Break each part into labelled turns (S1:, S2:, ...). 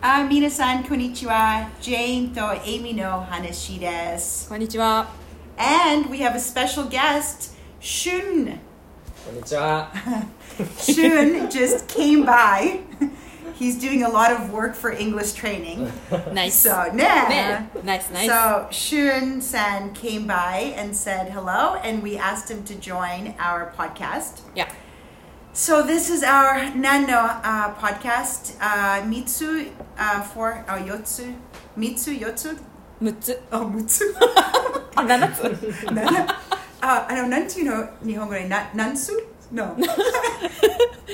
S1: あ、皆さん、こんにちは。ジェーンとエイミの話です。
S2: こんにちは。
S1: And we have a special guest, Shun.
S3: こんにちは。
S1: Shun just came by. He's doing a lot of work for English training.
S2: ナイス。
S1: So, nah.
S2: ね、ナイスナイス。
S1: So Shun San came by and said hello, and we asked him to join our podcast.
S2: Yeah.
S1: So this is our Nano uh, podcast. Uh, Mitsu uh, for oh, Yotsu. Mitsu Yotsu.
S2: 六つ。
S1: Oh, Mutsu.
S2: あ、七 つ。
S1: Nana. uh, I don't know. Do you know Nihongo? Na- Nansu? No.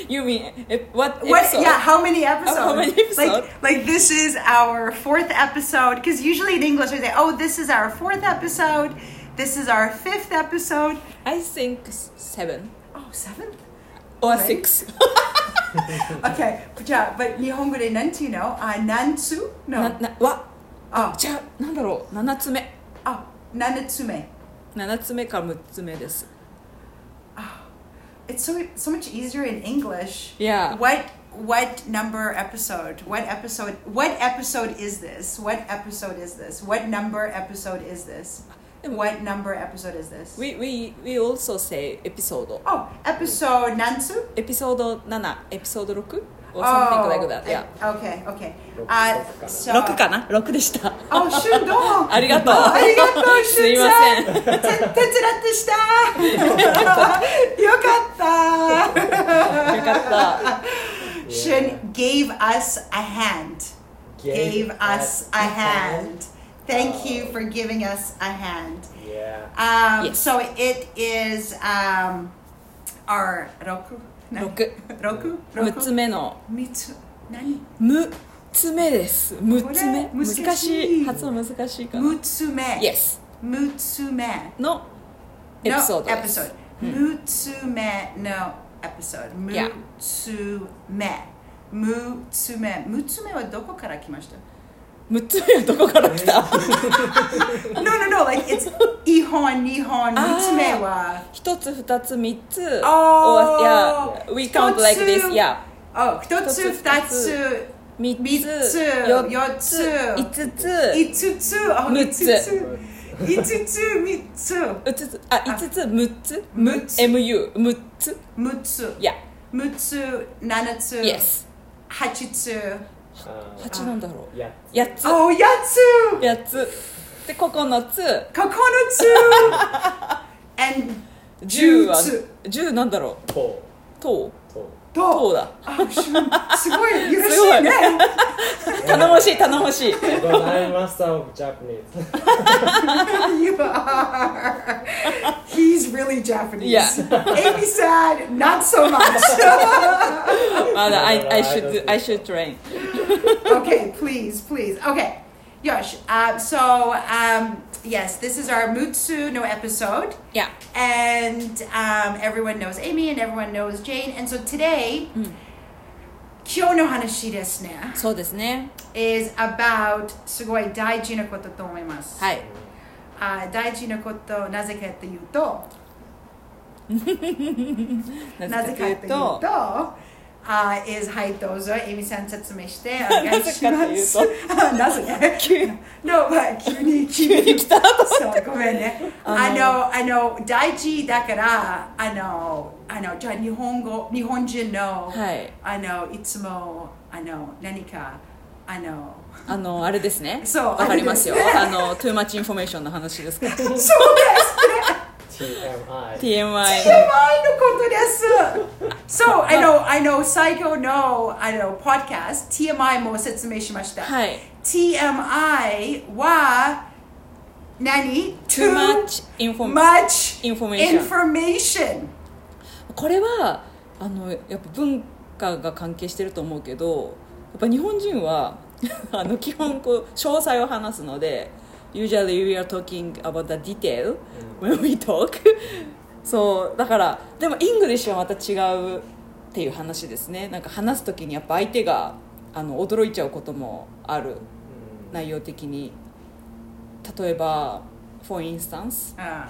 S2: You mean eh, what?
S1: What?
S2: episode?
S1: Yeah. How many episodes?
S2: how many episode?
S1: Like, like this is our fourth episode. Because usually in English we say, "Oh, this is our fourth episode. This is our fifth episode."
S2: I think seven
S1: Oh, seventh?
S2: or
S1: Right.
S2: six.
S1: Okay, but yeah, but 日本語でなんていうのあ、なんつ
S2: な
S1: Uh, No. Oh,
S2: なわ
S1: あ、
S2: じゃあなんだろう七つ目
S1: あ、七つ目。
S2: 七つ目か六つ目です。
S1: It's so, so much easier in English.
S2: Yeah.
S1: What, what number episode? What episode? What episode is this? What episode is this? What number episode is this? What number episode is this?
S2: We we we also say episode.
S1: oh, episode なんつ
S2: Episode 七 episode 六 or something
S1: Oh,
S2: like that. Yeah.
S1: Okay, okay. Uh,
S3: 六
S1: so,
S2: 六か
S3: かな
S2: な六でした。
S1: Oh, 俊どうも
S2: ありがとう
S1: ありがと う、
S2: す
S1: 俊
S2: い
S1: さ
S2: ま
S1: ん。
S2: せん。
S1: て手伝ってした よかった
S2: よかった。
S1: Shun gave us a hand gave us a hand Oh. thank you for giving us a hand
S3: Yeah.
S1: um,
S2: Yes.
S1: so it is um, our roku
S2: 六
S1: roku
S2: 六つ目の
S1: つ何
S2: 六つ目です。六つ目
S1: これ難しい
S2: 難しい発音難しいかな。
S1: 六つ目
S2: Yes
S1: 六つ目
S2: のエピソード
S1: no
S2: です。
S1: episode. Hmm. Mutsume no episode.
S2: Yeah.
S1: Mutsume. Mutsume. Mutsume はどこから来 ました
S2: 6つ目はどこから来た
S1: No, no, no. Like, it's 日本、日本。
S2: あー
S1: 娘は。
S2: 一つ二つ三つ
S1: Oh, あー
S2: or- yeah we count like
S1: 一
S2: this
S1: つ
S2: yeah
S1: あ、一つ、
S2: 一つ
S1: 二
S2: 二
S1: つ、三
S2: 三つ
S1: つ四
S2: 四
S1: つ
S2: つ五つ
S1: 五つ、あ
S2: 六
S1: 五
S2: つ
S1: つ。五つ、三つ。
S2: 五つあ五つ六つ
S1: 六つ
S2: MU 六つ
S1: 六つ。
S2: yeah
S1: 六つ、七つ。
S2: yes
S1: 八つ。
S3: あ
S2: 八なんだろ
S3: ーいや、
S2: う八つ
S1: お、八つ。
S2: 八つで九つ
S1: 九つ。And
S2: 十は
S1: 十
S2: 十なんだろう
S3: と
S2: 塔
S3: う、 と
S1: と
S2: 塔だ
S1: あすごい優しいね
S3: う。
S2: 頼もしい頼もしい
S3: い。ございます。of Japanese。
S1: you are he's really Japanese
S2: Yeah.
S1: Amy said not so much
S2: まだ I, I
S3: なるほ
S2: should
S3: ど
S2: I should train
S1: okay please please okay Yosh uh, so um, yes this is our Mutsu no episode
S2: yeah
S1: and um, everyone knows Amy and everyone knows Jane and so today Kyo no hanashi desu ne
S2: そうですね
S1: is about すごい大事なことと思います
S2: はい
S1: あー大事なことなぜかっていうとな
S2: な
S1: ぜかっ
S2: ぜかと
S1: て
S2: い
S1: いう
S2: う
S1: と
S2: と
S1: あー is はいどうぞエミさん説明して お願いし
S2: な
S1: ま
S2: ぜ
S1: す
S2: かっ
S1: なぜ
S2: 急に
S1: no まあ急に急に来 たそうごめんねあ
S2: あ
S1: のあの大事だからあのあのじゃあ日本語日本人の、
S2: はい
S1: あのいつもあの何かあの
S2: あのあれですね
S1: そう
S2: わかりますよ
S1: あれです
S2: あの too much information の話ですか
S1: そうですね
S2: TMI
S3: TMI。
S1: TMI のことです。そう、あの、あの、最後の、あの、ポッドキャスト、TMI も説明しました。
S2: はい
S1: TMI は、何
S2: too much information
S1: much
S2: information
S1: information.
S2: これはあのやっぱ文化が関係してると思うけどやっぱ日本人は あの基本こう詳細を話すので usually we are talking about the detail when we talk そうだからでもイングリッシュはまた違うっていう話ですねなんか話す時にやっぱ相手があの驚いちゃうこともある内容的に例えば for instance
S1: あ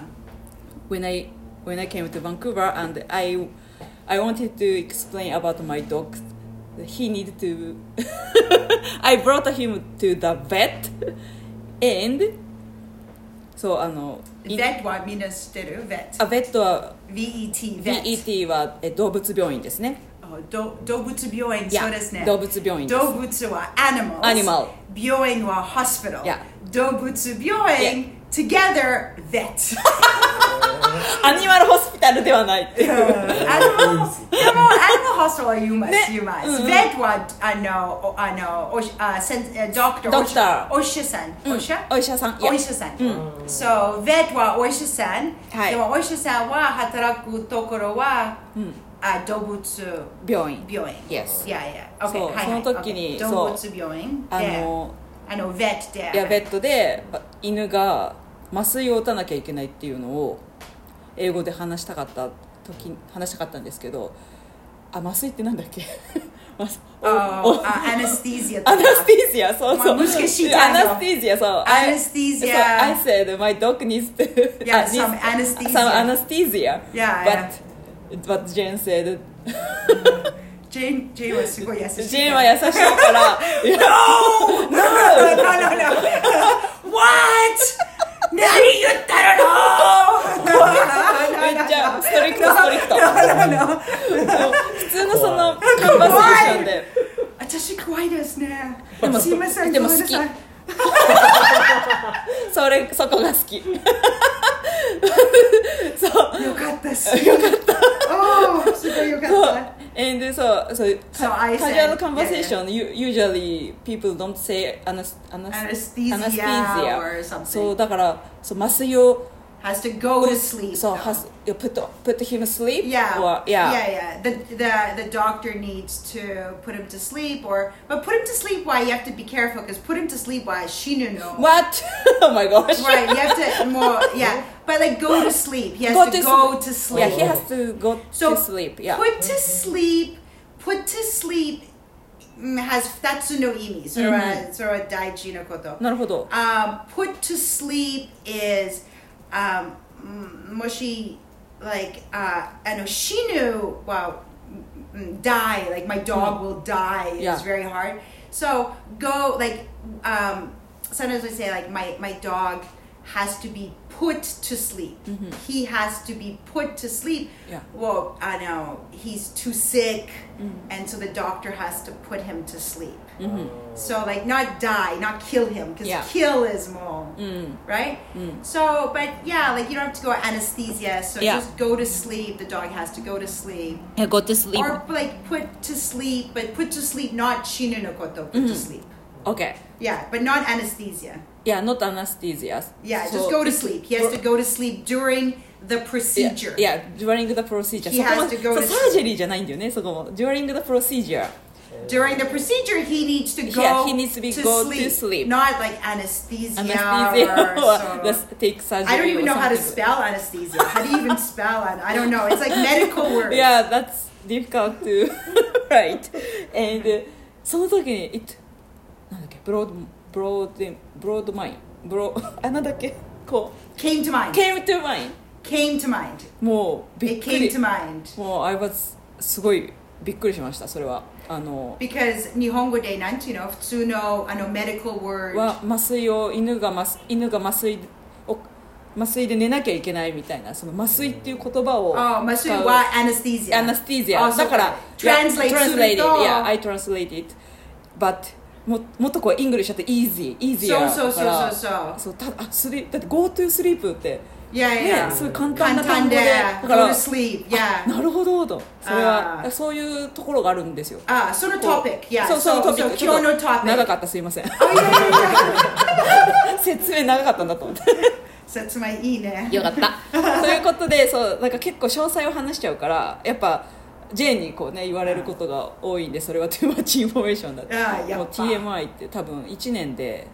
S2: when I when I came to Vancouver and I I wanted to explain about my dog. He needed to I brought him to the vet and そうあのい
S1: Vet はみんな知ってる ?Vet。
S2: あベッドは
S1: VET、Vet。Oh,
S2: E VET はえ動物病院ですね
S1: あど動物病院、
S2: いや
S1: そうですね。
S2: 動物病院です
S1: 動物は animals。
S2: Animal
S1: 病院は hospital。
S2: いや
S1: 動物病院、together vet。
S2: アニマルホスピタルではないっていう
S1: animal、でも animal hospital は humans、
S2: ね
S1: humans、
S2: うんうん
S1: vet はあの、おあの、おしあ、せん、え uh, doctor、おし
S2: Doctor Mm.
S1: お医者さん、お医者
S2: お医者さんいや
S1: お医者さん。そう、vet はお医者さん。
S2: はい
S1: でもお医者さんは働くところは、あ動物
S2: 病院
S1: 病院。
S2: Mm. Yes
S1: いやいや、OK
S2: そう
S1: はいはい、
S2: その時に
S1: OK 動物病院
S2: あ
S1: で、
S2: の
S1: あの、vet で。
S2: いやベッドであ犬が麻酔を打たなきゃいけないっていうのを英語で話したかった時話したかったんですけどあ麻酔ってなんだっけ 麻酔
S1: あ
S2: おお
S1: あアナスティジア とか
S2: アナスティージアそうそう、
S1: まあ難しい
S2: ア
S1: 単語
S2: ナスティージアそう
S1: アナスティージア
S2: I, そう I said my dog needs to
S1: Yeah,
S2: ah, needs-
S1: some anesthesia.
S2: some anesthesia
S1: Yeah,
S2: but but Jane said
S1: ジェーンジェーンはすごい優しい
S2: Jane は優しいから
S1: No, no, no, no. What? 何言ったの No, no, no,
S2: め
S1: no.
S2: っちゃストリクトストリ クト
S1: No, no, no.
S2: 普通のそのカンバセーションで
S1: 私怖いですね
S2: でも
S1: すいません
S2: でも
S1: ごめんなさい
S2: 好それそこが好き そう
S1: よか ったしよかったおおすごいよかっ
S2: そう
S1: た
S2: and そうそう
S1: So I said-
S2: casual conversation u- usually people don't say anas- anas-
S1: Anesthesia
S2: anesthesia
S1: or something.
S2: そうだからそう麻酔を
S1: has to go to sleep
S2: そう
S1: though.
S2: has you put put him asleep
S1: Yeah.
S2: or
S1: yeah, yeah. The, the the doctor needs to put him to sleep, or but put him to sleep. Why you have to be careful because put him to sleep. Why she knew no.
S2: what oh my gosh
S1: Right. You have to more. Yeah. But like go to sleep. He has
S2: Go
S1: to,
S2: to
S1: go to
S2: sleep. yeah
S1: sleep.
S2: he has to go
S1: So
S2: to sleep yeah
S1: Put to sleep. Put to sleep. mm, Has tatsu no imi. Sora
S2: Mm-hmm.
S1: sora daiji no koto.
S2: なるほど
S1: Um, put to sleep is um, mm, moshi like uh, ano shinu wow mm, die like my dog will die
S2: Yeah.
S1: is very hard. So go like um, sometimes I say like my my dog has to be put to sleep. He has to be put to sleep.
S2: Yeah.
S1: Well, I know he's too sick, and so the doctor has to put him to sleep. So like not die, not kill him, because
S2: Yeah.
S1: kill is more,
S2: うん
S1: right?
S2: Mm.
S1: So, but yeah, like you don't have to go anesthesia. So
S2: Yeah.
S1: just go to sleep. The dog has to go to sleep,
S2: yeah, go to sleep
S1: or like put to sleep, but put to sleep, not shinu no koto, put
S2: Mm-hmm.
S1: to sleep.
S2: okay
S1: Yeah, but not anesthesia.
S2: yeah not anesthesia
S1: Yeah,
S2: So-
S1: just go to sleep. He has to go to sleep during the procedure.
S2: Yeah, yeah, during the procedure.
S1: He has
S2: そ
S1: to
S2: こも
S1: go
S2: そう
S1: to
S2: サージェリーじゃないんだよね、そこも。during the procedure.
S1: During the procedure, he needs to go.
S2: Yeah, he needs to be go to sleep.
S1: Not like anesthesia.
S2: Anesthesia
S1: Or,
S2: or
S1: so-
S2: let's take surgery.
S1: I don't even know
S2: or
S1: how to
S2: something.
S1: spell anesthesia. How do you even spell it? I don't know. It's like medical words.
S2: Yeah, that's difficult to write. And uh, その時に、it, なんだっけ、broad, broad, broad mind. Broad, あ、なんだっけ、こ
S1: Came to
S2: う、
S1: mind.
S2: came to mind.
S1: Came to mind.
S2: もう、びっ
S1: It
S2: く
S1: came
S2: り
S1: to。mind.
S2: もう、I was すごいびっくりしました、それは。あの、
S1: Because Nihongo de Nantino, Futsuno, ano medical word.
S2: は麻酔を犬が麻犬が麻酔を麻酔で寝なきゃいけないみたいなその麻酔っていう言葉を
S1: oh,
S2: 使う
S1: Masui wa anesthesia.
S2: アナスティーゼア
S1: あそう
S2: だからい
S1: translate
S2: や translated
S1: すると
S2: yeah I translated but ももっとこうイングリッシュだって easy easy
S1: そうそうそう
S2: から
S1: そうそう
S2: そうたあスリだって go to sleep って
S1: Yeah,
S2: ね
S1: yeah.
S2: そういう簡単な単語で
S1: Kantande,
S2: だか
S1: go to
S2: ら
S1: sleep. Yeah.
S2: なるほどとそれ
S1: あ
S2: は
S1: ー
S2: そういうところがあるんですよ
S1: Ah, so the topic. Yeah.
S2: そうそう
S1: so,
S2: トピッ
S1: so
S2: ク
S1: Kyo no
S2: 長
S1: topic.
S2: かったすいません
S1: Oh, yeah, yeah, yeah.
S2: 説明長かったんだと思って
S1: Satsumai ine.
S2: よかった ということでそうなんか結構詳細を話しちゃうからやっぱ J にこうね言われることが多いんでそれは too much information だって
S1: ああやっ
S2: もう
S1: ぱ
S2: TMI って多分1年で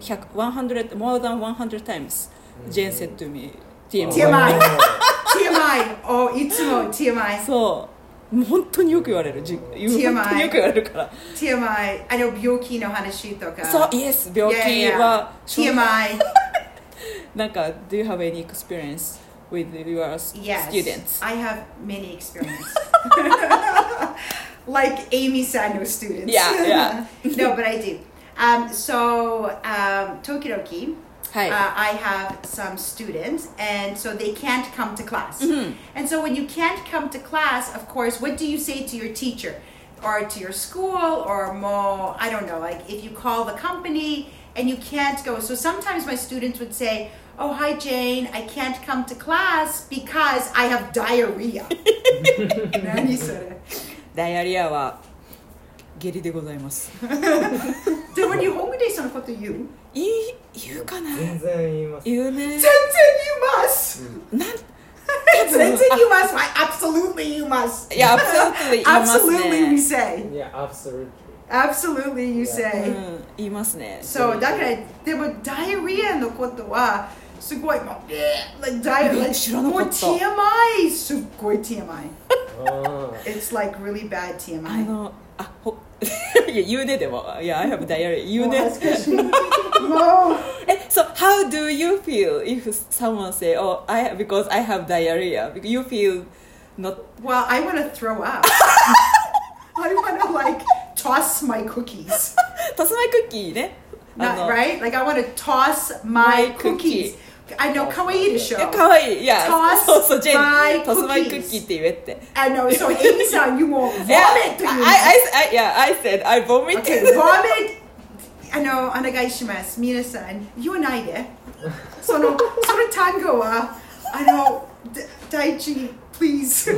S2: 100 100 more than 100 times Jane said to me TMI
S3: Oh,
S1: TMI. TMI. Oh, itsumo TMI.
S2: そうもう本当によく言われるじ本当によ
S1: TMI
S2: く言われるから
S1: TMI あの病気の話とか
S2: そう Yes 病気は
S1: yeah, yeah. TMI
S2: なんか Do you have any experience with your
S1: yes
S2: students?
S1: I have many experience like Amy said, no students.
S2: Yeah, yeah.
S1: no, but I do. Um, so, um, Tokidoki,
S2: はい
S1: uh, I have some students, and so they can't come to class. And so, when you can't come to class, of course, what do you say to your teacher or to your school or more? I don't know, like if you call the company and you can't go. So, sometimes my students would say, Oh, hi, Jane, I can't come to class because I have diarrhea. 何それ
S2: ダイアリアは下痢でございます
S1: でも日本語でそのこと言う
S2: いい言うかな
S3: 全然言います。
S2: 言う
S1: 全
S2: ね
S1: 然言います
S2: なん
S1: 全然言います I absolutely 言います
S2: いやアプセットで言いますね
S1: Absolutely we say
S3: Yeah, absolutely.
S1: Absolutely you
S2: う
S1: say
S2: ん、言いますね
S1: So だからでもダイアリアのことはすごいもうえー like ダイアリ ア
S2: 知らな
S1: もう
S2: かった
S1: TMI すっごい TMI
S3: あ
S1: It's like really bad
S2: あ
S1: TMI
S2: のあほ いや言うねでもいや I have diarrhea 言う
S1: もう
S2: ね
S1: 恥ずかしい もう
S2: え、so how do you feel if someone say, oh, I because I have diarrhea? Because you feel not.
S1: Well, I want to throw up. I want to like toss my cookies.
S2: タスマイクッキーね。
S1: Not right?
S2: い。
S1: Like I want to toss my,
S2: My Oh,
S1: cookies. I know kawaii to show.
S2: いや、かわいい。いや、
S1: Toss
S2: そうそう、ジェ
S1: my
S2: ン、タスマイク
S1: cookies.
S2: ッキーって言えって。
S1: I know. So Amy-san, you won't
S2: Yeah,
S1: vomit.
S2: I,
S1: to you.
S2: I, I, yeah, I said I vomited.
S1: okay, vomit. I know. Onegaishimasu, mina-san. You and I de. So no, so no tango wa. I know. D- Daichi, please.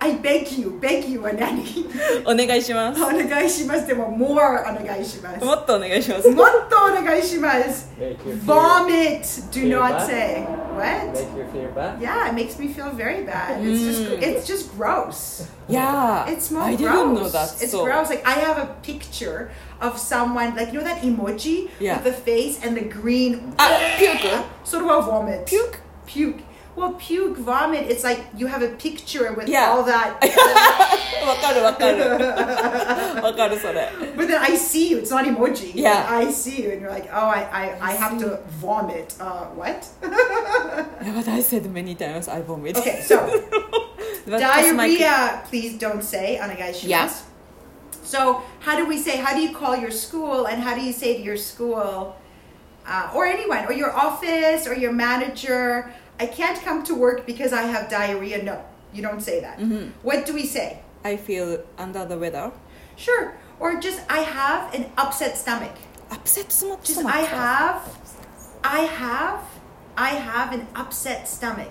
S1: I beg you, beg you, Anani.
S2: お願いします。
S1: onegaishimasu でも more お願いします。
S2: もっとお願いします。
S1: もっとお願いします。
S3: あ。Make you feel,
S1: Vomit. Do not say. What?
S3: make you feel bad?
S1: Yeah, it makes me feel very bad. It's just it's just gross.
S2: いや
S1: It's more
S2: I didn't know
S1: gross.
S2: that.
S1: It's
S2: so-
S1: gross. Like I have a picture of someone like you know that emoji
S2: Yeah.
S1: with the face and the green
S2: あ、ピューク
S1: sort of a vomit.
S2: Puke?
S1: Puke. Well, puke, vomit. It's like you have a picture with
S2: Yeah.
S1: all that.
S2: わかるわかる。 わかるそれ。
S1: But then I see you. It's not emoji.
S2: Yeah.
S1: I see you, and you're like, oh, I, I, I have to vomit. Uh, what?
S2: やばい、I said many times I vomited.
S1: Okay, so
S2: But that's my-
S1: diarrhea, please don't say onegaishimasu.
S2: Yeah.
S1: So how do we say? How do you call your school, and how do you say to your school, uh, or anyone, or your office, or your manager? I can't come to work because I have diarrhea. No, you don't say that. What do we say?
S2: I feel under the weather.
S1: Sure, or just I have an upset stomach.
S2: アップセットスマッチ
S1: Just I have, I have, I have an upset stomach.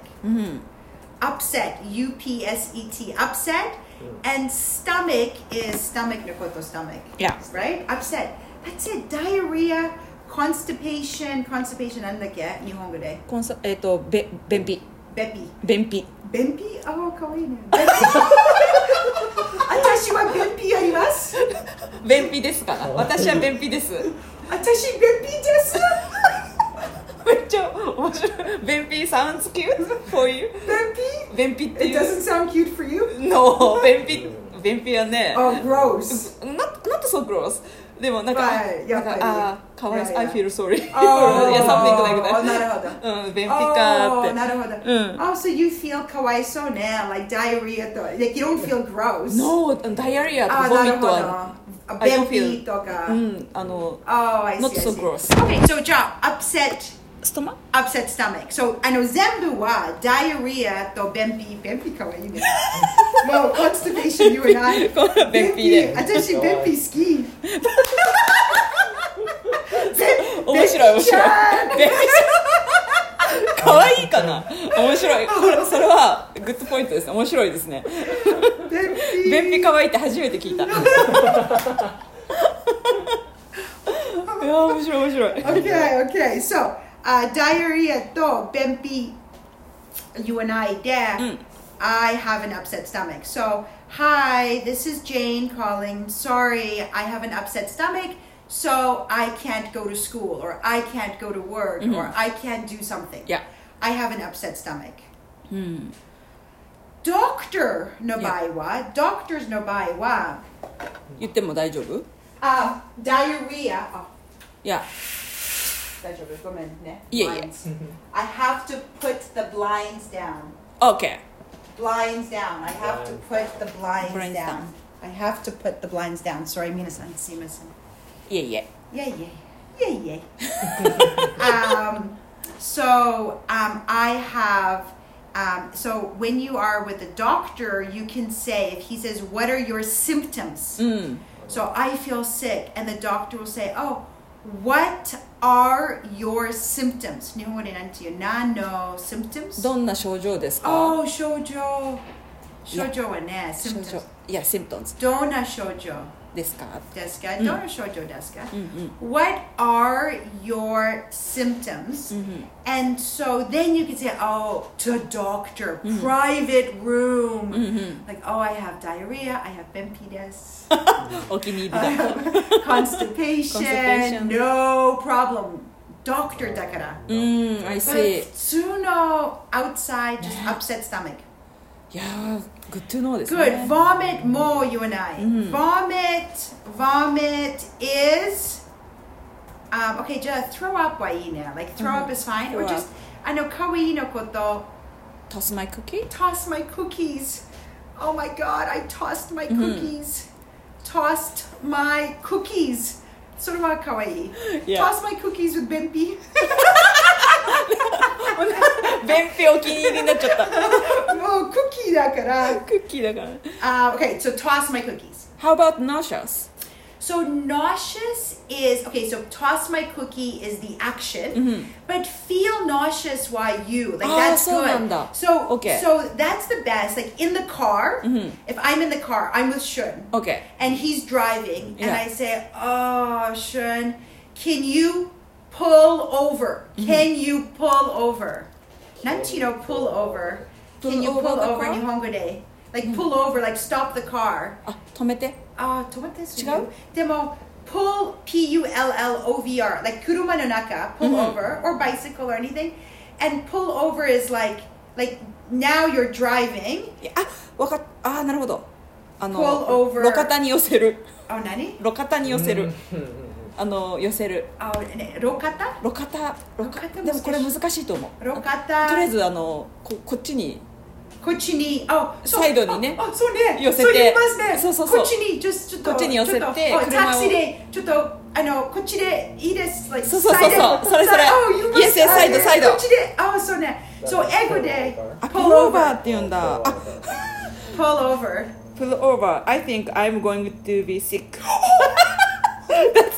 S1: Upset, U P S E T, upset, and stomach is stomach のこと stomach.
S2: Yeah.
S1: Right? Upset. That's it. Diarrhea, constipation, constipation なんだっけ日本語で。
S2: コンサえっ、とべ便秘
S1: ベピ。
S2: 便秘
S1: 便秘ああ、かわいいね。便秘 私は便秘あります。
S2: 便秘ですから私は便秘です
S1: 私便秘です。
S2: めっちゃ面白い便秘 sounds cute for you
S1: 便秘
S2: 便秘って
S1: It
S2: いう
S1: doesn't sound cute for you?
S2: No 便秘便秘はね
S1: Oh, gross.
S2: not, not so gross でもなんか、
S1: はいや
S2: な
S1: っぱ
S2: んか
S1: り
S2: あーかわいそう
S1: Yeah, yeah.
S2: I feel sorry
S1: あー
S2: いや something like
S1: あーなるほ
S2: that うん便秘か
S1: Oh,
S2: ーって
S1: なるほど。
S2: う
S1: Oh,
S2: ん
S1: so you feel かわいそうね。Like diarrhea と。Like you don't feel gross. Ah,
S2: No ダイアリアと
S1: あー
S2: ボ
S1: な
S2: ミ
S1: る
S2: ッ
S1: ほ
S2: ト
S1: ど
S2: は。
S1: あ
S2: I don't
S1: 便秘とか。
S2: う
S1: Oh,
S2: んあの
S1: I see.
S2: Not
S1: I
S2: so
S1: see.
S2: gross.
S1: Okay, so じゃあ、upset,
S2: ストマ
S1: upset stomach. So, あの、全部は diarrhea と便秘。便秘かわいい ね。もう constipation, you and I.
S2: 便秘で
S1: 私、便秘好 き。便
S2: 面白い面
S1: じゃ
S2: 白
S1: ん
S2: い便秘 かわいいかな 面白いこれそれはグッドポイントですね面白いですね
S1: 便秘。
S2: 便秘かわいいって初めて 聞いたいや面白い面白い
S1: okay, okay. So, uh, diarrhea to benpi you and I there.
S2: Mm.
S1: I have an upset stomach. So, hi, this is Jane calling. Sorry, I have an upset stomach, so I can't go to school or I can't go to work or I can't do something.
S2: Yeah.
S1: I have an upset stomach. Doctor no baiwa. Doctors no baiwa.
S2: 言っても大丈夫い
S1: Uh, diarrhea. Oh,
S2: や
S1: 大丈夫、ごめんね。
S2: いえいえ。
S1: Blinds. I have to put the blinds down.
S2: OK
S1: Blinds down. I have to put the blinds,
S2: Blinds
S1: down.
S2: down.
S1: I have to put the blinds down. Sorry, minasan, simasen.
S2: いえいえ
S1: Yay, yay. Yay, yay. um, so um, I have. Um, so when you are with a doctor, you can say, if he says, What are your symptoms?
S2: うん
S1: So I feel sick, and the doctor will say, "Oh, what are your symptoms?" 日本語でなんていう ?Nano symptoms?
S2: どんな症状ですか
S1: Oh, 症状。症状はね、
S2: 症状
S1: symptoms。
S2: いや symptoms
S1: どんな症状
S2: ですか
S1: ですか、
S2: ん
S1: どんな症状ですか、
S2: うん
S1: What are your symptoms?
S2: うんうん
S1: And so then you can say, oh, to doctor,
S2: Mm-hmm.
S1: private room. Like, oh, I have diarrhea, I have bempides.
S2: お気に入り
S1: I
S2: だ
S1: have constipation,
S2: Constipation.
S1: no problem. Doctor だから。
S2: うん
S3: Mm,
S2: I
S1: But
S2: see
S1: 普通の outside just upset stomach.
S2: いやー good to know ですね
S1: Good. Vomit more, you and I.
S2: Mm-hmm.
S1: Vomit, vomit is. Um, okay, just throw up はいいね。Like throw up is fine. Or
S2: Mm-hmm. Throw
S1: just, あの、かわいいのこと。
S2: toss my cookie
S1: toss my cookies. Oh my god, I tossed my
S2: Mm-hmm.
S1: cookies. Tossed my cookies. それは可愛い。
S2: Yeah.
S1: Toss my cookies with Bimpi.
S2: 便秘お気に入りになっちゃった
S1: Oh, もうクッキーだから。
S2: クッキーだから
S1: Uh, okay, so toss my cookies.
S2: How about nauseous?
S1: So nauseous is okay. So toss my cookie is the action, but feel nauseous while you like
S2: Mm-hmm. Ah,
S1: that's
S2: so
S1: good.
S2: nanda.
S1: So
S2: Okay. Mm-hmm.
S1: so that's the best. Like in the car, if I'm in the car, I'm with Shun.
S2: Okay.
S1: and he's driving and
S2: Yeah.
S1: i say oh shun can you pull over
S2: Mm-hmm.
S1: can you pull over not you know pull over
S2: Pull
S1: can you
S2: over
S1: pull
S2: the
S1: over
S2: car?
S1: in
S2: Mm-hmm.
S1: Hongo day like pull over like stop the car
S2: あ、止めて。
S1: ah to what this
S2: Chigau?
S1: demo pull p-u-l-l-o-v-r like kuruma no naka pull over or bicycle or anything and pull over is like like now you're driving
S2: いやあ、わかっ、あー、なるほど。あ
S1: Pull over
S2: の、路肩に寄せる。
S1: oh nani
S2: 路肩に寄せる。
S3: うん
S2: あの、寄せる。
S1: oh ne- rokata
S2: 路肩、路
S1: 路肩
S2: 肩。でもこれ難しいと思う。
S1: 路肩
S2: とりあえず、あの、こ、こっちに。
S1: こっちに、あ、そう
S2: サイドにね
S1: あ、あそうね。
S2: 寄せて
S1: そう言いますね。
S2: そうそうそう
S1: こっちに、ちょちょっと、
S2: こっちに寄せて
S1: ちょっと
S2: 車を
S1: あタクシーで、ちょっと、あの、こっちでいいです。like
S2: そうそうそうそう
S1: サイド
S2: それそれ
S1: あ you must-
S2: Yes, yes, サイド
S1: あ
S2: サイド
S1: こっちで、あ、そうね。そう、英語で、
S2: あ、pull over って言うんだ。あ、
S1: pull over。
S2: pull over. I think I'm going to be sick.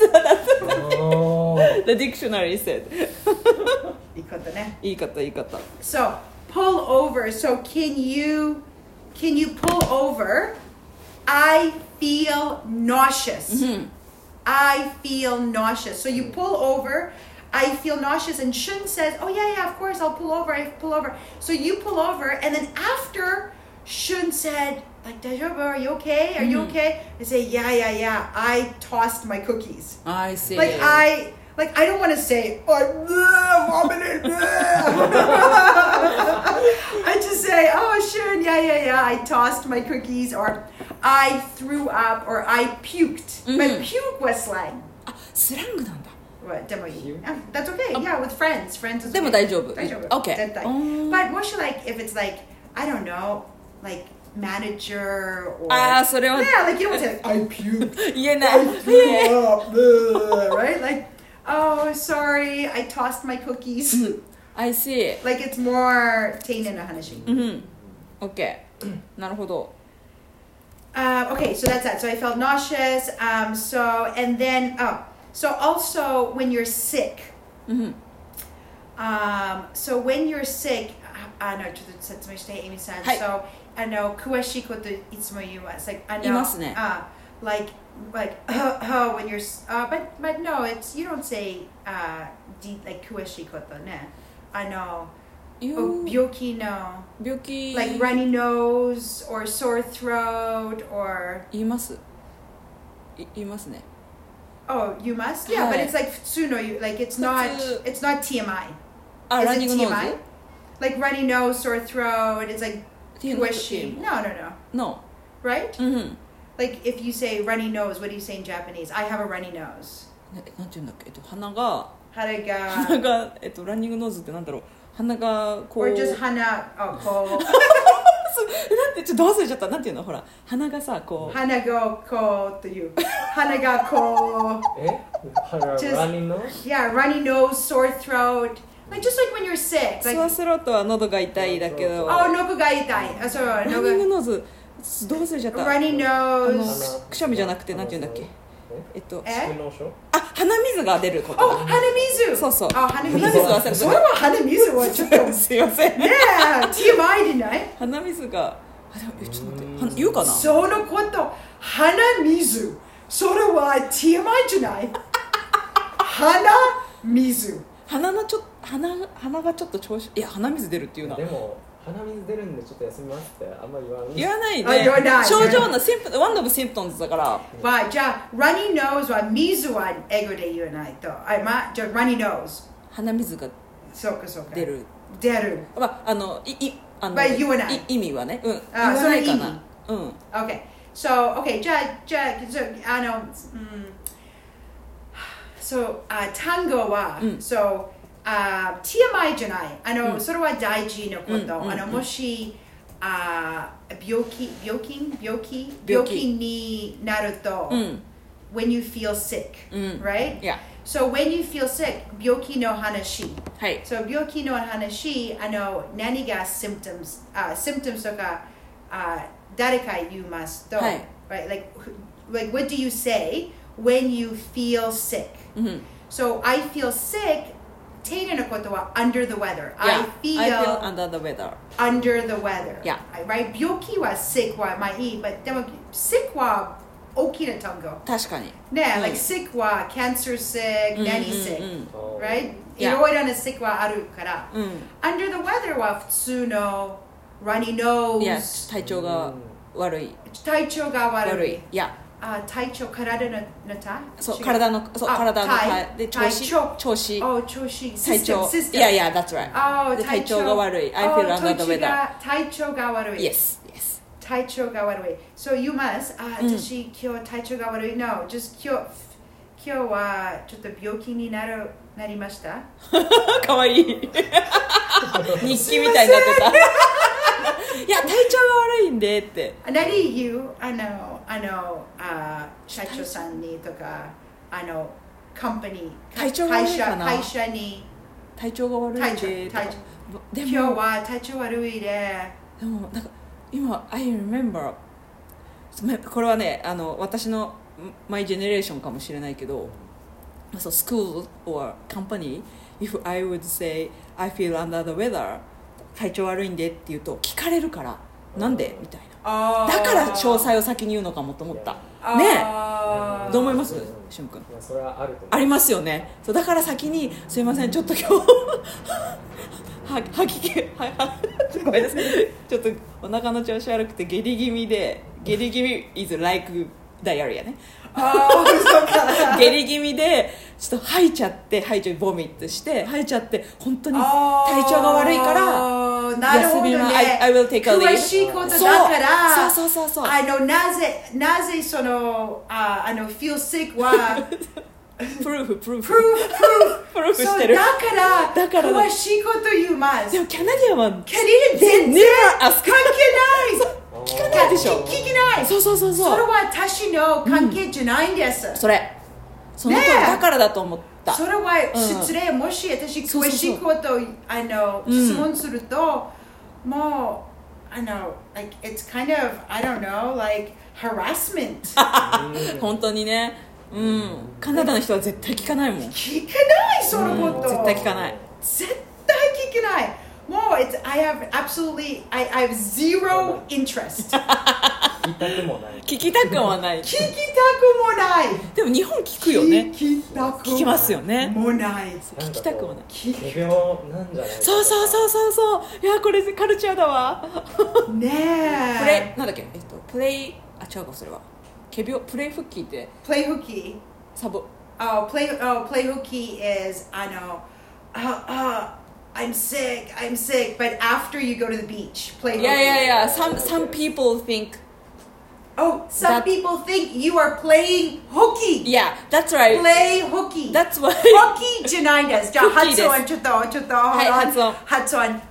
S3: Oh.
S2: The dictionary said.
S1: いいことね。
S2: いい方、いい方。
S1: So, pull over. So, can you, can you pull over? I feel nauseous.
S2: Mm-hmm.
S1: I feel nauseous. So you pull over. I feel nauseous. And Shun says, Oh, yeah, yeah, of course, I'll pull over. I pull over. So you pull over. And then after, Shun said, like, Dajoba, are you okay? Are you okay? I say, Yeah, yeah, yeah. I tossed my cookies.
S2: I see.
S1: Like, I. Like I don't want to say oh, I vomited. bleh." I just say oh Shun, yeah yeah yeah. I tossed my cookies or I threw up or I puked. But
S2: Mm-hmm.
S1: puke was slang.
S2: あ、スラングなんだ。
S1: What, demo you?
S3: You?
S1: Yeah, that's okay. Yeah, with friends. Friends is
S2: Demo
S1: okay.
S2: 大丈夫。
S1: 大丈夫。
S2: Okay.
S1: 絶対。
S2: Oh.
S1: But what should like if it's like I don't know, like manager or
S2: あー、それは
S1: yeah, like you don't say like, I puked,
S2: 言えない。
S1: threw up, bleh, right? Like oh sorry, I tossed my cookies.
S2: Mm-hmm. I see.
S1: like it's more tain and a hanashi.
S2: うん。OK。なるほど。
S1: Um, okay, so that's that. So I felt nauseous. Um, so and then oh, so also when you're sick.
S2: うん。
S1: Um, so when you're sick, I know, ちょっと説明して、エミさん。
S2: はい。
S1: So, あの、詳しいこといつも言います。Like, あの、
S2: 言いますね。
S1: あ、like, like, uh, when you're, s- uh, but, but no, it's, you don't say, uh, de- like, 詳しいことね。あの、Oh,
S2: 病
S1: 病気の、
S2: 病気
S1: like runny nose or sore throat or,
S2: 言いますい言いますね
S1: oh, you must? Yeah, but
S2: はい。
S1: it's like 普通の、you- like, it's not,
S2: 普通。
S1: it's not TMI.
S2: あ
S1: Is
S2: ランニン
S1: it
S2: グノー
S1: TMI? Like runny nose, sore throat. It's like
S2: ズ
S1: squishy. No, no, no.
S2: の
S1: Right?
S2: うんうん
S1: Like if you say runny nose, what do you say in Japanese? I have a runny nose.
S2: ねなんて言うんだっけ、えっと、鼻が鼻
S1: Haraga.
S2: が、えっと、ランニングノーズってなんだろう鼻がこう
S1: Or just hana. Oh, cold.
S2: なんてちょっと忘れちゃったなんていうのほら鼻がさこう
S1: 鼻がこうという鼻がこう
S3: Eh? Her
S1: Just- Eh?
S3: runny nose?
S1: yeah runny nose sore throat like just like when you're sick
S2: ス
S1: like
S2: ワスロットは喉が痛いだけど
S1: あ、お腹が痛い。あ、そう、
S2: ランニ
S1: 喉
S2: ングノーズどう忘れちゃった
S1: が。runny
S2: あ
S1: nose。
S2: のくしゃみじゃなくてなんて言うんだっけえっと
S1: え
S3: Skin or show?
S2: あ鼻水が出るこ
S1: お、
S2: と
S1: 鼻水。
S2: そうそう
S1: あ、鼻水。
S2: 鼻水忘れた
S1: それは鼻水はちょっと。ね
S2: すいません
S1: え、TMI でない
S2: 鼻水があでもえちょっと待っては言うかな
S1: そのこと、鼻水。それは TMI じゃない鼻水。
S2: 鼻のちょっ鼻が鼻がちょっと調子いや鼻水出るっていうな
S3: でも鼻水出るんでちょっと休みますってあんまり言わない
S2: 言わない
S1: あ
S2: で
S1: 言わない
S2: 症状のシンプワンダブシンプトンズだから
S1: まあ、じゃあ、runny nose は水は英語で言わないと。あ、まあ、じゃあ、runny nose。
S2: 鼻水が
S1: そうかそうか。
S2: 出。る
S1: 出る。
S2: まああのいいあの
S1: まあ言わない
S2: 意味はねうん言
S1: あ
S2: わないか
S1: それ意味
S2: なうん
S1: Okay. So okay, ja, ja, so, I know. Mm, so uh, tango wa.
S2: Mm.
S1: So uh, TMI じゃない。あの、
S2: Mm.
S1: それは大事なこと。
S2: Mm, mm,
S1: あの、
S2: mm.
S1: もし、あー病気、病気、病気、
S2: 病
S1: 病
S2: 気
S1: 気になると、
S2: うん
S1: when you feel sick,
S2: うん
S1: right?
S2: いや
S1: So when you feel sick, 病気の話。
S2: はい
S1: So 病気の話、あの何が symptoms、あ symptoms uh, とか、あ誰か言いますと、
S2: はい
S1: right? Like, like what do you say when you feel sick?
S2: うん
S1: So I feel sick. 丁寧なことは under the weather. I
S2: Yeah.
S1: feel,
S2: I feel under the weather
S1: under the weather.
S2: Yeah.
S1: Right? 病気は sick はまあいい、but でも sick は大きな単語。
S2: 確かに
S1: ね、
S2: うん
S1: like sick は cancer sick, 何 sick,
S2: うん
S1: right? い
S2: Mm, Yeah.
S1: ろいろな sick はあるから。
S2: うんうん
S1: Under the weather は普通の runny
S2: うんいや
S1: nose
S2: 体調が悪い
S1: 体調が悪
S2: 悪
S1: い
S2: いいや
S1: あ体調体のの体
S2: そう
S1: 違
S2: 体のそう
S1: あ
S2: 体の
S1: 体
S2: 体で調
S1: 体調
S2: 子調子
S1: お調子
S2: 体調
S1: System, system.
S2: いやいや that's right
S1: あ
S2: で体調が悪い I
S1: あ
S2: feel under the
S1: 体調
S2: weather
S1: が体調が悪い
S2: yes yes
S1: 体調が悪い So you must ah, あ
S2: うん
S1: 私今日体調が悪い No just 今日今日はちょっと病気になるなりました
S2: かわいい日 記みたいになってた いや体調が悪いんでって
S1: 何言うあのあのあ社長さんにとかあのカンパニー
S2: 体調悪
S1: 会
S2: いか
S1: 社
S2: な
S1: 会社に
S2: 体調が悪い
S1: 体
S2: ん
S1: 調
S2: でとか
S1: 体調
S2: で
S1: 今日
S2: も
S1: は体調悪いで
S2: でもなんか今 I remember めこれはねあの私のマイジェネレーションかもしれないけどそう school or company if I would say I feel under the weather 体調悪いんでって言うと聞かれるからなんでみたい
S1: あ
S2: なだから詳細を先に言うのかもと思ったね
S1: ね
S3: え
S2: どう思いますしゅんくん
S3: いやそれはあると思う
S2: ありますよねそうだから先に「すいませんちょっと今日 は吐き気ははごめんなさい ちょっとお腹の調子悪くて下痢気味で下痢気味 is like diarrhea ね
S1: あーそうか
S2: 下痢気味でちょっと吐いちゃって吐いちゃうボミットして吐いちゃって本当に
S1: あー
S2: 体調が悪いから
S1: なるほどね
S2: 休みは I- I will take a leave
S1: 詳しいことだ
S2: そう
S1: から
S2: そうそうそうそう
S1: あのなぜなぜそのああの feel sick は
S2: プルーフプルー
S1: プルーフ
S2: フ
S1: プルーフ
S2: プルーフしてる
S1: そうだ
S2: だ
S1: か
S2: からら
S1: 詳しいこと言います
S2: でもキャナディアンは
S1: キャリア全然
S2: They never
S1: 関
S2: ask
S1: 係ない
S3: あー
S2: 聞かないでしょ
S1: 聞きない
S2: そうそうそう
S1: それ
S2: そう
S1: は私の関係じゃないんです、
S2: それその通り
S1: ねえ
S2: だからだと思った
S1: それは失礼、もし私
S2: そう
S1: 詳
S2: そうそう
S1: しいことをあの、
S2: うん
S1: 質問するともうあの like it's kind of I don't know like harassment
S2: 本当にねうんカナダの人は絶対聞かないもん絶
S1: 聞けないそのこと、
S3: Mm.
S2: 対聞かない
S1: 絶対聞けないもう it's, I have absolutely I, I have zero interest
S3: 聞いたくもない
S2: 聞きたくはない
S1: 聞きたくもない
S2: でも日本聞くよね
S1: 聞きたく
S2: 聞きますよね
S1: もない
S2: 聞きたくもない
S1: 聞
S3: 奇病なんじゃないか
S2: そうそうそうそうそういやこれカルチャーだわ
S1: ねえ
S2: プレイなんだっけえっとプレイあ違うかそれは仮病プレイ復帰って
S1: プレイフキ
S2: サボ
S1: ー oh play oh play hooky is I know oh, oh I'm sick I'm sick but after you go to the beach play
S2: い
S1: hooky
S2: やいやいや some some people think
S1: oh some
S2: That-
S1: people think you are playing hooky
S2: yeah that's right
S1: play hooky
S2: that's
S1: ホ
S2: why
S1: ッキーじゃないです。じゃあ
S2: クッキーで
S1: 発音ち
S2: す
S1: ょっとちょっと、
S2: はい
S1: ほら
S2: 発音
S1: 発音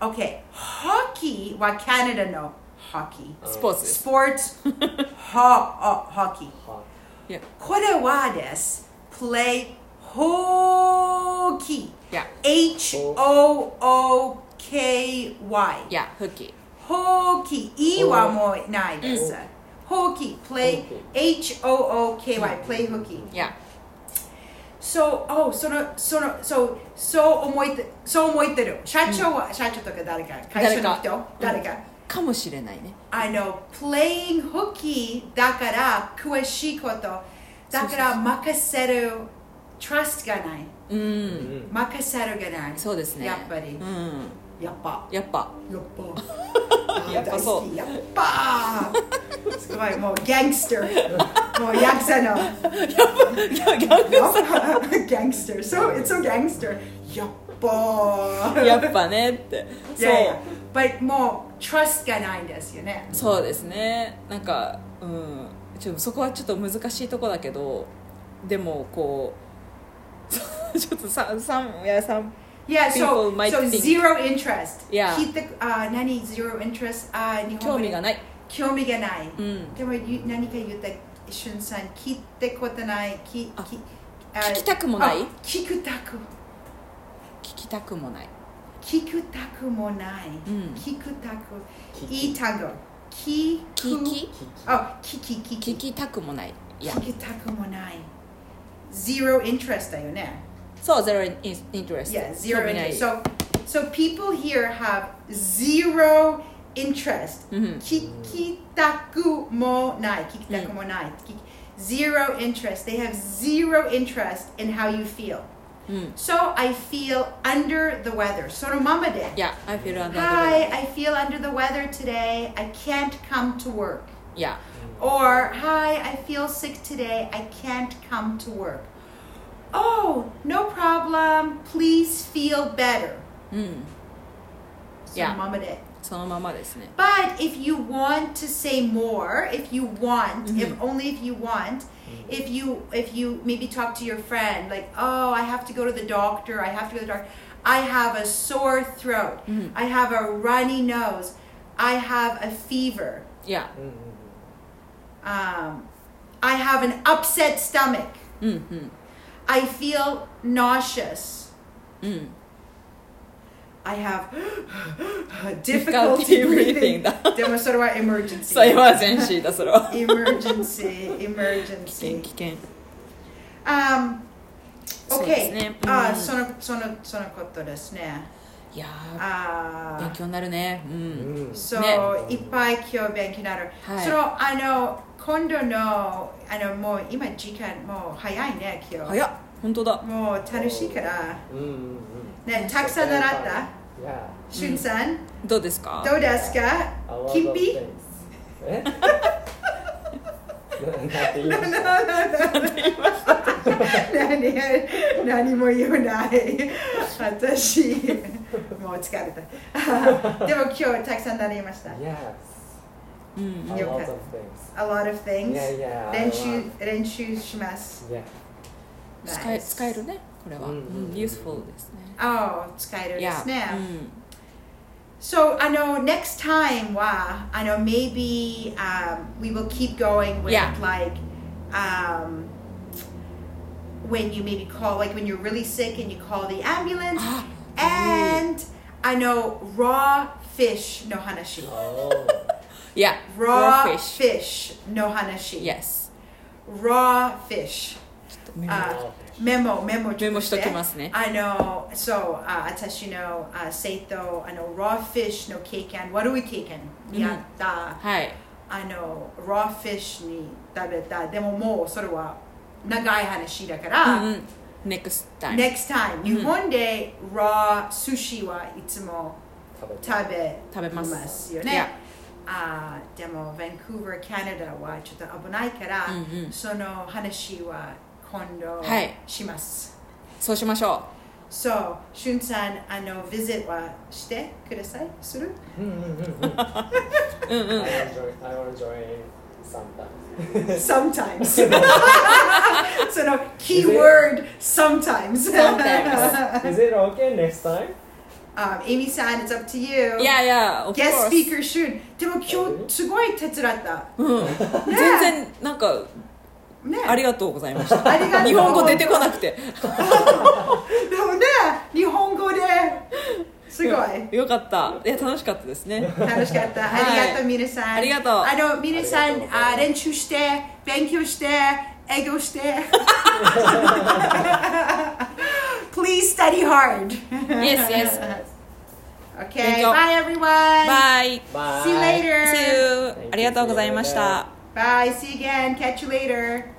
S1: Okay, hockey, what Canada know? Hockey.
S2: スポーツ
S1: Sports, ho- oh, hockey.
S3: はい
S2: や
S1: これはです。play hockey.
S2: いや
S1: H-O-O-K-Y.
S2: いや復帰
S1: ホーキー、いいはもうないです。ホーキー、play、H-O-O-K-Y、play ホーキー。
S2: いや
S1: So, oh, その、その、そう、そう思いて、そう思いてる。社長は、社長とか誰か、会社の人、誰
S2: 誰
S1: か。
S2: かもしれないね
S1: I know, playing ホーキーだから詳しいこと。だから任せる trust がない。
S2: うん
S1: 任せるがない。
S2: そうですね
S1: やっぱり
S2: う。ん
S1: やっぱ。
S2: やっぱ
S1: やっぱ
S2: やっぱそう
S1: 大好きやっぱすごいもうギャングスターもうヤクザ のやっ
S2: いや逆
S1: ぱギャングスター so it's so ギャングスターやっぱ
S2: やっぱねって
S1: い
S2: そ
S1: やいや
S2: う
S1: but もう trust がないんですよね
S2: そうですねなんかうんちょっとそこはちょっと難しいとこだけどでもこう ちょっとささんいやさん
S1: Yeah, so,
S2: People might
S1: so
S2: think-
S1: zero interest.
S2: Yeah.
S1: 聞いてあ何 zero interest? uh, あ日本
S2: 興
S1: 語
S2: 味がない
S1: 興味がない。
S2: うん
S1: でもゆ何か言った俊さん聞いてことない。き
S2: あ
S1: き
S2: 聞きたくもない
S1: あ聞きたく
S2: 聞きたくもない
S1: 聞きたくもない、
S2: う
S1: 聞
S2: ん
S1: きたく
S3: 聞き
S1: いい単語聞
S2: 聞
S1: く
S2: き
S1: あ聞き聞き
S2: 聞きたくもないいや
S1: 聞きたくもない zero interest だよね
S2: そうゼロインインテレス
S1: yeah zero
S2: 興味ない
S1: interest so so people here have zero interest
S2: うん
S1: 聞きたくもない聞きたくもない、
S2: Mm.
S1: 聞き zero interest they have zero interest in how you feel
S2: うん
S1: so I feel under the weather そのままで
S2: いや I feel under the
S1: Hi,
S2: weather
S1: I feel under the weather today. I can't come to work.
S2: いや
S1: Or, Hi, I feel sick today. I can't come to work. Oh, no problem. Please feel better.
S2: うん
S1: そ
S2: Yeah.
S1: のままで。
S2: そのままですね
S1: But if you want to say more, if you want, if
S2: Mhm.
S1: only if you want, if you if you maybe talk to your friend like, "Oh, I have to go to the doctor. I have to go to the doctor. I have a sore throat.
S2: Mhm.
S1: I have a runny nose. I have a fever.
S2: いや
S1: Um, I have an upset stomach.
S2: うんうん
S1: I feel nauseous.
S2: うん
S1: I have difficulty
S2: Difficulty breathing.
S1: breathing. でもそれは emergency.
S2: それは全身だそれは
S1: emergency
S2: 危険
S1: emergency
S2: 危険
S1: um
S2: そう
S1: OK
S2: ですねうん
S1: あそのそのそのことですね
S2: いやー勉
S1: あ
S2: 強になるねうん
S1: そう、
S2: ね
S1: いっぱい今日勉強になる、
S2: はい
S1: そのあの今度のあのもう今時間もう早いね今日
S2: 早っ本当だ
S1: もう楽しいからねた
S3: た
S1: くさん習ったしゅんさん、
S2: どうですか
S1: どうですかキンピ
S3: え ななんて 言いました
S1: 何何も言わない私もう疲れたでも今日たくさん習いました
S3: Yes
S2: うん
S3: a
S1: よか
S3: lot
S1: った
S3: of things
S1: A lot of things
S3: Yeah, yeah,
S1: 練
S3: I
S1: 習
S3: love.
S1: 練習します
S3: Yeah
S2: 使え
S1: Nice
S2: 使えるねこれは
S3: う
S2: うんん useful ですね
S1: ああ使えるですね、
S2: いやうん
S1: So あの next time はあの maybe、um, we will keep going with
S2: Yeah.
S1: like um, when you maybe call like when you're really sick and you call the ambulance
S2: あ
S1: and あの raw fish の話
S3: Oh
S2: いや
S1: raw
S2: fish
S1: fish の話
S2: yes
S1: raw fish あ
S3: Raw
S1: メモメモちょっ
S2: メモしときますね
S1: あのそうあ私のあ生徒あの raw fish の経験悪い経験やった、
S2: はい
S1: あの raw fish に食べたでももうそれは長い話だから、
S2: うんうん next time
S1: next time 日本で raw sushi はいつも
S3: 食べた
S1: 食べ
S2: 食べます
S1: よね、あーでもバンクーバーカナダはちょっと危ないから、
S2: うんうん
S1: その話は今度
S2: はい
S1: します、
S2: そうしましょ
S1: So しゅんさんあの visit はしてくださいす る
S3: うんうんうんうん
S2: ううんうん
S3: hmm, I enjoy I enjoy sometimes
S1: sometimes そのキーワード sometimes
S2: Sometimes
S3: Is it okay next time?
S1: um, Amy san, it's up to you.
S2: Yeah, yeah, of
S1: Guest
S2: course.
S1: speaker soon. でも今日すごい手伝った。
S2: うん、全然なんか
S1: ね。
S2: ありがとうございました。
S1: ありがとう
S2: 日本語出てこなくて。
S1: でもね、日本語ですごい。
S2: よかった。いや楽しかったですね。
S1: 楽しかった。
S2: はい
S1: ありがとう、皆さん。
S2: ありがとう
S1: あの、皆さ
S3: あ
S1: ん
S3: りがとう、ございま
S1: あ
S3: す
S1: 練習して、勉強して、営業して。Please study hard.
S2: Yes, yes.
S1: Okay,
S2: 勉強
S1: bye everyone.
S2: Bye.
S3: Bye.
S1: See you later.
S2: See you. ありがとうございました。
S1: Bye. See you again. Catch you later.